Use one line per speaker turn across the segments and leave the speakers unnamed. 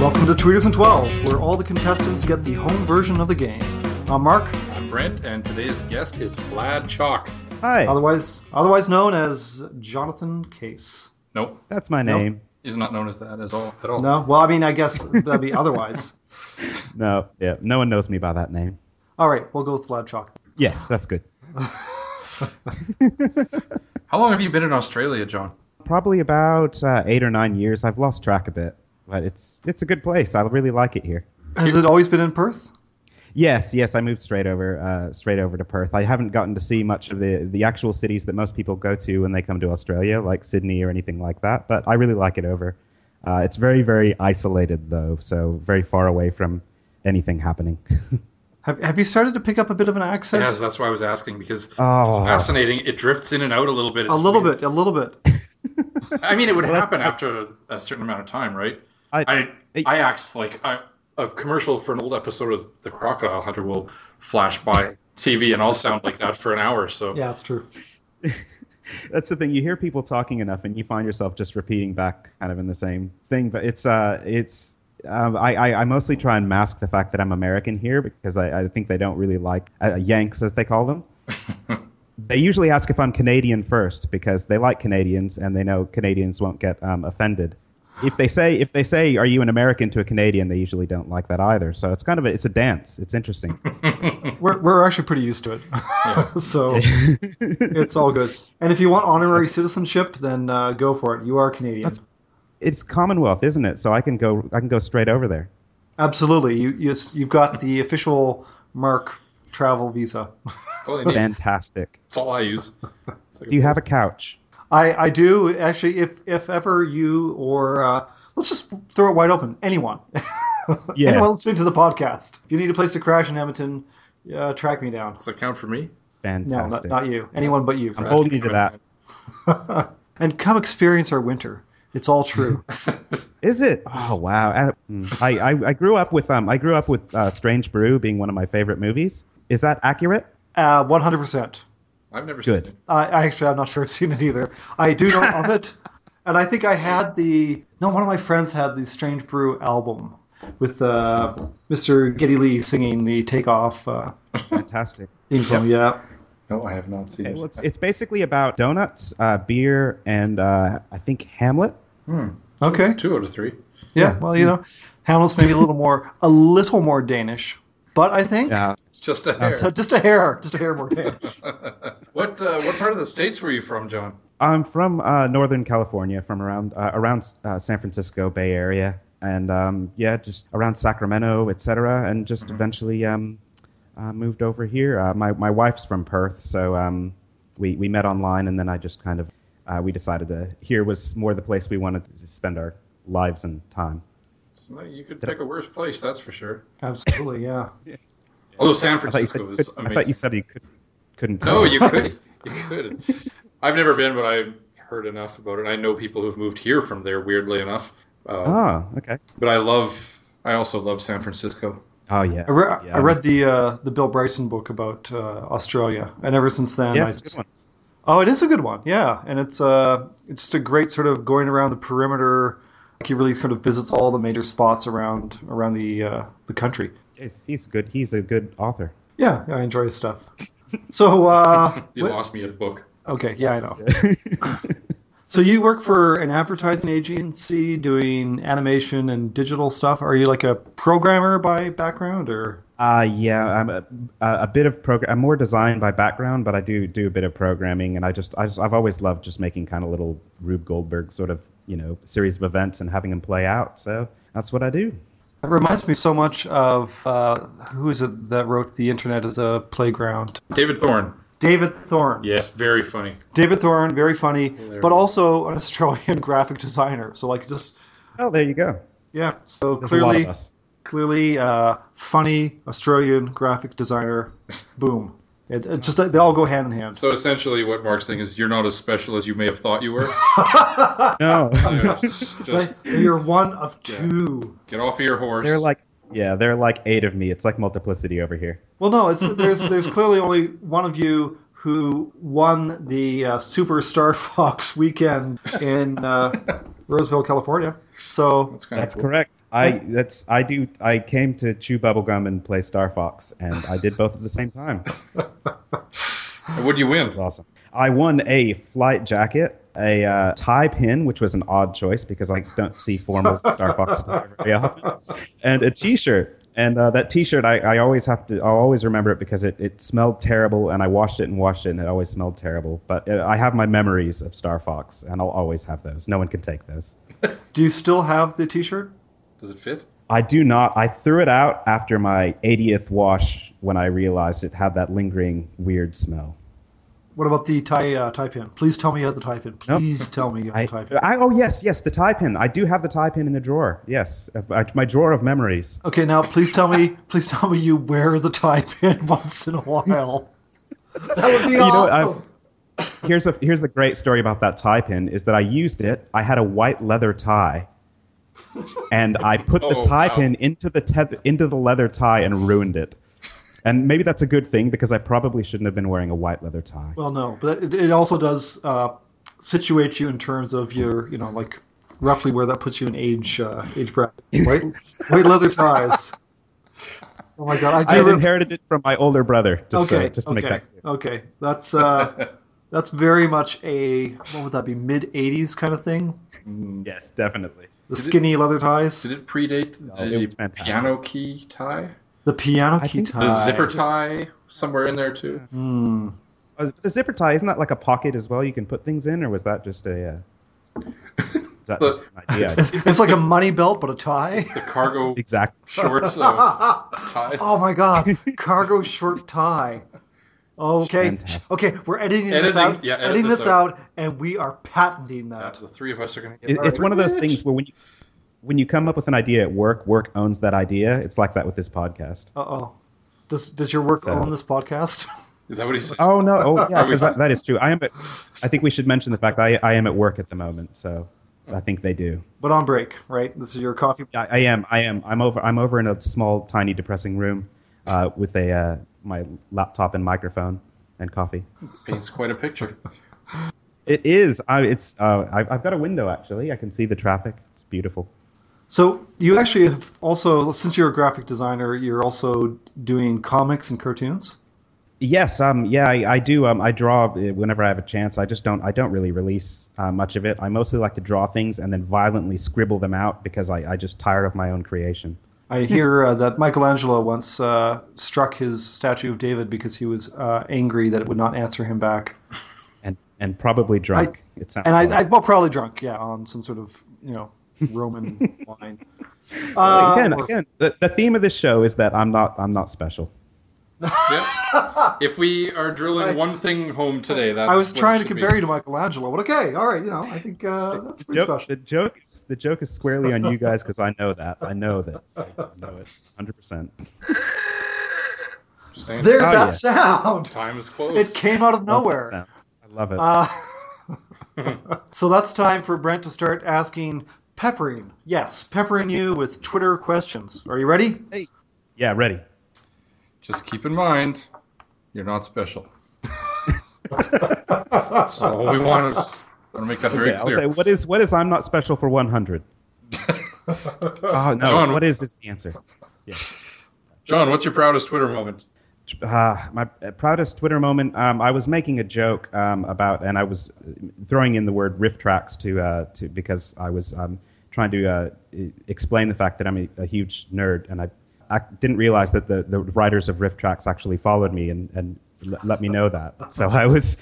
Welcome to Tweeters and 12, where all the contestants get the home version of the game. I'm Mark,
I'm Brent, and today's guest is Vlad Chalk.
Hi,
otherwise otherwise known as Jonathan Case.
Nope,
that's my
Nope.
name.
is not known as that as all at all.
No? Well, I mean, I guess that'd be otherwise.
No, yeah, no one knows me by that name.
All right, we'll go with Vlad Chalk.
Yes, that's good.
How long have you been in Australia, John?
Probably about uh, eight or nine years. I've lost track a bit, but it's it's a good place. I really like it here.
Has it always been in Perth?
Yes, yes, I moved straight over uh, straight over to Perth. I haven't gotten to see much of the the actual cities that most people go to when they come to Australia, like Sydney or anything like that. But I really like it over. Uh, it's very very isolated though, so very far away from anything happening.
Have, have you started to pick up a bit of an accent?
Yes, that's why I was asking because it's
Oh.
fascinating. It drifts in and out a little bit.
a
It's
little
weird.
bit, a little bit.
I mean, it would happen after a certain amount of time, right? I
I-
I act like I, a commercial for an old episode of The Crocodile Hunter will flash by TV, and I'll sound like that for an hour. So
Yeah, it's true.
That's the thing. You hear people talking enough, and you find yourself just repeating back, kind of in the same thing. But it's uh, it's um, I, I I mostly try and mask the fact that I'm American here because I, I think they don't really like uh, Yanks as they call them. they usually ask if I'm Canadian first because they like Canadians and they know Canadians won't get um, offended. If they say if they say are you an American to a Canadian, they usually don't like that either. So it's kind of a, it's a dance. It's interesting.
We're, we're actually pretty used to it. so it's all good. And if you want honorary citizenship, then uh, go for it. You are Canadian.
That's- it's Commonwealth, isn't it? So I can go I can go straight over there.
Absolutely. You, you, you've got the official Mark travel visa.
that's all I need.
Fantastic.
That's all I use. It's like
Do you have a couch?
I, I do actually. If if ever you or uh, let's just throw it wide open, anyone,
Yeah.
anyone listening to the podcast, if you need a place to crash in Edmonton, uh, track me down.
does that count for me?
No, not,
Fantastic.
not you. Anyone but you.
I'm holding you to that.
And come experience our winter. It's all true.
Is it? Oh wow! I- mm. I, I I grew up with um I grew up with uh, Strange Brew being one of my favorite movies. Is that accurate?
Uh, One hundred percent.
I've never
Good.
seen it.
I I actually, I'm not sure I've seen it either. I do know of it, and I think I had the no. One of my friends had the Strange Brew album with uh, Mr. Geddy Lee singing the Takeoff uh,
Fantastic.
theme song. Yeah.
No, I have not seen
Okay, well,
it.
it's, it's basically about donuts, uh, beer, and uh, I think Hamlet.
Okay.
Two out of three.
Yeah, well, you know, Hamlet's maybe a little more, a little more Danish, but I think
Yeah.
It's just a hair.
so just a hair, just a hair more Danish.
What uh, what part of the states were you from, John?
I'm from uh, Northern California, from around uh, around uh, San Francisco Bay Area, and um, yeah, just around Sacramento, etc. And just eventually um, uh, moved over here. Uh, my my wife's from Perth, so um, we we met online, and then I just kind of uh, we decided that here was more the place we wanted to spend our lives and time.
No, You could pick a worse place, that's for sure.
Absolutely, yeah.
Although San
I thought you said
Francisco
you
is
could, I thought you
amazing.
said you could, couldn't.
No, you could. You could. I've never been, but I've heard enough about it. I know people who've moved here from there, weirdly enough. Uh,
Oh, okay.
but I love. I also love San Francisco.
Oh yeah.
I, re-
yeah
I read the uh, the Bill Bryson book about uh, Australia, and ever since then,
Yeah,
I
it's a good
just,
one.
oh, it is a good one, yeah, and it's uh, it's just a great sort of going around the perimeter. Like he really sort of visits all the major spots around around the uh, the country.
He's, he's good. He's a good author.
Yeah, I enjoy his stuff. So, uh,
You
what-
lost me at book.
Okay, yeah, I know. so you work for an advertising agency doing animation and digital stuff. Are you like a programmer by background or
Uh, yeah, I'm a, a a bit of program. I'm more designed by background, but I do do a bit of programming, and I just, I just I've always loved just making kind of little Rube Goldberg sort of you know series of events and having them play out. So that's what I do.
that reminds me so much of uh, who is it that wrote the internet as a playground?
David Thorne.
David Thorne.
Yes, very funny.
David Thorne, very funny,
Hilarious.
but also an Australian graphic designer. So like just
Oh, there you go.
yeah. So
There's a lot
clearly,
of us.
clearly uh, funny Australian graphic designer. Boom. It, it just they all go hand in hand.
So essentially, what Mark's saying is, you're not as special as you may have thought you were.
No,
Just
You're one of two.
get off of your horse.
they're like yeah, they're like eight of me. It's like multiplicity over here.
Well, no, it's there's there's clearly only one of you who won the uh, Super Star Fox weekend in uh, Roseville, California. So
that's, kinda
That's
cool.
correct. I that's I do. I came to chew bubblegum and play Star Fox, and I did both at the same time.
Would you win?
That's awesome. I won a flight jacket, a uh, tie pin, which was an odd choice because I don't see formal Star Fox attire very often, and a T-shirt. And uh, that T-shirt, I, I always have to, I always remember it because it, it smelled terrible, and I washed it and washed it, and it always smelled terrible. But uh I have my memories of Star Fox, and I'll always have those. No one can take those.
Do you still have the T-shirt?
Does it fit?
I do not. I threw it out after my 80th wash when I realized it had that lingering weird smell.
What about the tie uh, tie pin? Please tell me you have the tie pin.
Nope.
Please tell me you have
I,
the tie pin.
I, oh yes, yes, the tie pin. I do have the tie pin in the drawer. Yes, of- uh, my drawer of memories.
Okay, now please tell me, please tell me you wear the tie pin once in a while. That would be
You know what, I-
awesome.
Here's a here's the great story about that tie pin is that I used it. I had a white leather tie, and I put the
Oh,
tie
wow.
pin into the teth- into the leather tie and ruined it. And maybe that's a good thing because I probably shouldn't have been wearing a white leather tie.
Well, no, but it, it also does uh, situate you in terms of your, you know, like roughly where that puts you in age uh, age bracket. White, white leather ties. Oh my god, I
I
do.
had
remember.
inherited it from my older brother. Just
okay,
so, just to
okay,
make that clear.
okay. That's uh, that's very much a what would that be? Mid '80s kind of thing.
Mm.
Yes, definitely.
The
Did it-
skinny leather ties,
Did it predate
it was
the
fantastic.
piano key tie?
the piano
I
key
think the
tie,
The zipper tie somewhere in there too?
Hmm.
Uh, The zipper tie isn't that like a pocket as well? You can put things in, or was that just a? Uh, is that just an idea?
It's, it's like a money belt, but a tie.
The cargo
exactly.
shorts of ties.
Oh my god, cargo short tie. Okay,
Fantastic.
okay, we're editing this
Editing-
out,
yeah, edit
editing
this
this
out.
out, and we are patenting
Uh,
that.
the three of us are going to get
It, it's
married.
one of those things where when you when you come up with an idea at work, work owns that idea. It's like that with this podcast.
Uh oh, does does your work
So-
own this podcast?
Is that what he said?
Oh no! Oh yeah,
Are we
'cause that,
done?
that is true. I am. At, I think we should mention the fact that I, I am at work at the moment, so I think they do.
but on break, right? This is your coffee.
I, I am. I am. I'm over. I'm over in a small, tiny, depressing room uh, with a uh, my laptop and microphone and coffee.
Paints quite a picture.
It is. I, it's. Uh, I've, I've got a window actually. I can see the traffic. It's beautiful.
So you actually have also, since you're a graphic designer, you're also doing comics and cartoons.
Yes, um, yeah, I, I do. Um, I draw uh, whenever I have a chance. I just don't. I don't really release uh, much of it. I mostly like to draw things and then violently scribble them out because I, I just tired of my own creation.
I hear uh, that Michelangelo once uh, struck his statue of David because he was uh, angry that it would not answer him back.
And and probably drunk. it sounds.
and I, I
like.
well probably drunk yeah on some sort of you know roman wine
Well,
uh,
again,
or-
again, the, the theme of this show is that I'm not. I'm not special.
Yeah. If we are drilling
I-
one thing home today, that's
Um, i was
what it
trying to
should
compare
be.
you to michelangelo but okay all right you know i think uh, that's pretty
Joke-
special
the joke. Is, the joke is squarely on you guys because I know that. I know that. I know it. Hundred percent.
Just saying.
there's
Oh,
that
yeah.
sound
Time is close.
it came out of nowhere
I love it.
uh, so that's time for brent to start asking peppering yes peppering you with twitter questions are you ready
yeah, ready.
Just keep in mind, you're not special. so we want to, want to make that very
Okay, I'll
clear.
say what is what is I'm not special for 100. oh no,
John.
what is is the answer?
John, what's your proudest Twitter moment?
Uh, my proudest Twitter moment. Um, I was making a joke um, about, and I was throwing in the word riff tracks to uh, to because I was um, trying to uh, e- explain the fact that I'm a, a huge nerd, and I, I didn't realize that the, the writers of riff tracks actually followed me and and l- let me know that. So I was,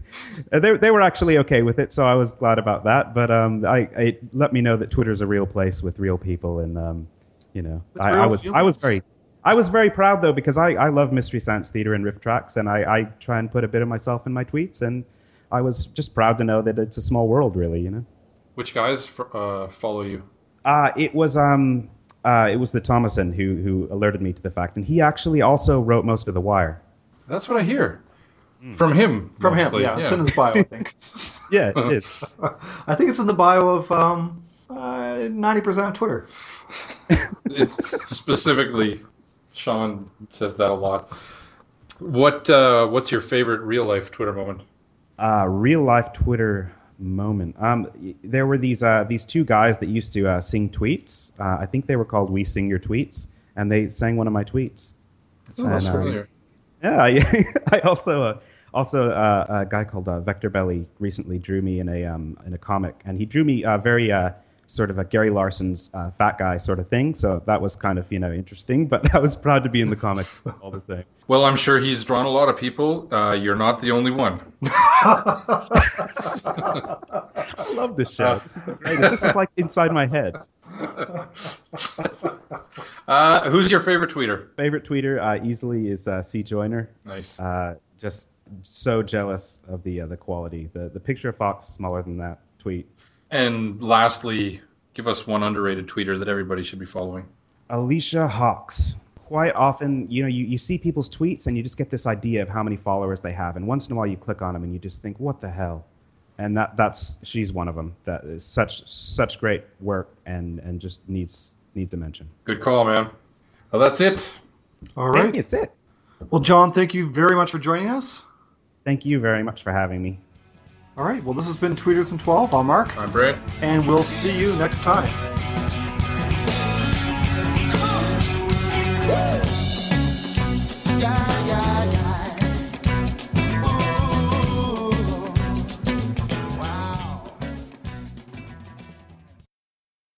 they they were actually okay with it, so I was glad about that. But um, I it let me know that Twitter's a real place with real people, and um, you know,
With
I, I
real
was I was
humans.
very I was very proud though because I, I love Mystery Science Theater and Riff Tracks, and I, I try and put a bit of myself in my tweets, and I was just proud to know that it's a small world, really. You know,
Which guys fr- uh, follow you?
uh, it was um uh, it was the Thomason who who alerted me to the fact, and he actually also wrote most of the Wire.
That's what I hear. From him.
Hmm. from
mostly,
him yeah, it's in his bio i think
Yeah, it is.
i think it's in the bio of um, uh, 90% of twitter
it's specifically Sean says that a lot. What uh, what's your favorite real life Twitter moment?
Uh, real life Twitter moment. Um, y- there were these uh, these two guys that used to uh, sing tweets. Uh, I think they were called We Sing Your Tweets, and they sang one of my tweets.
Oh, that's
And, um,
familiar.
Yeah, I, I also uh, also uh, a guy called uh, Vector Belly recently drew me in a um, in a comic, and he drew me uh, very uh, sort of a Gary Larson's uh, fat guy sort of thing. So that was kind of you know interesting, but I was proud to be in the comic all the same.
Well, I'm sure he's drawn a lot of people. Uh, you're not the only one.
I love this show. This is the greatest. This is like inside my head.
Uh, who's your favorite tweeter?
Favorite tweeter uh, easily is uh, C Joiner.
Nice.
Uh, just so jealous of the uh, the quality. The the picture of Fox smaller than that tweet.
And lastly, give us one underrated tweeter that everybody should be following.
Alicia Hawks. Quite often, you know, you, you see people's tweets and you just get this idea of how many followers they have. And once in a while, you click on them and you just think, "What the hell?" And that that's she's one of them. That is such such great work and and just needs needs a mention.
Good call, man. Well, that's it.
All
I think
right.
it's it.
Well, John, thank you very much for joining us.
Thank you very much for having me.
All right. Well, this has been Tweeters and 12. I'm Mark,
I'm Brett.
and we'll see you next time.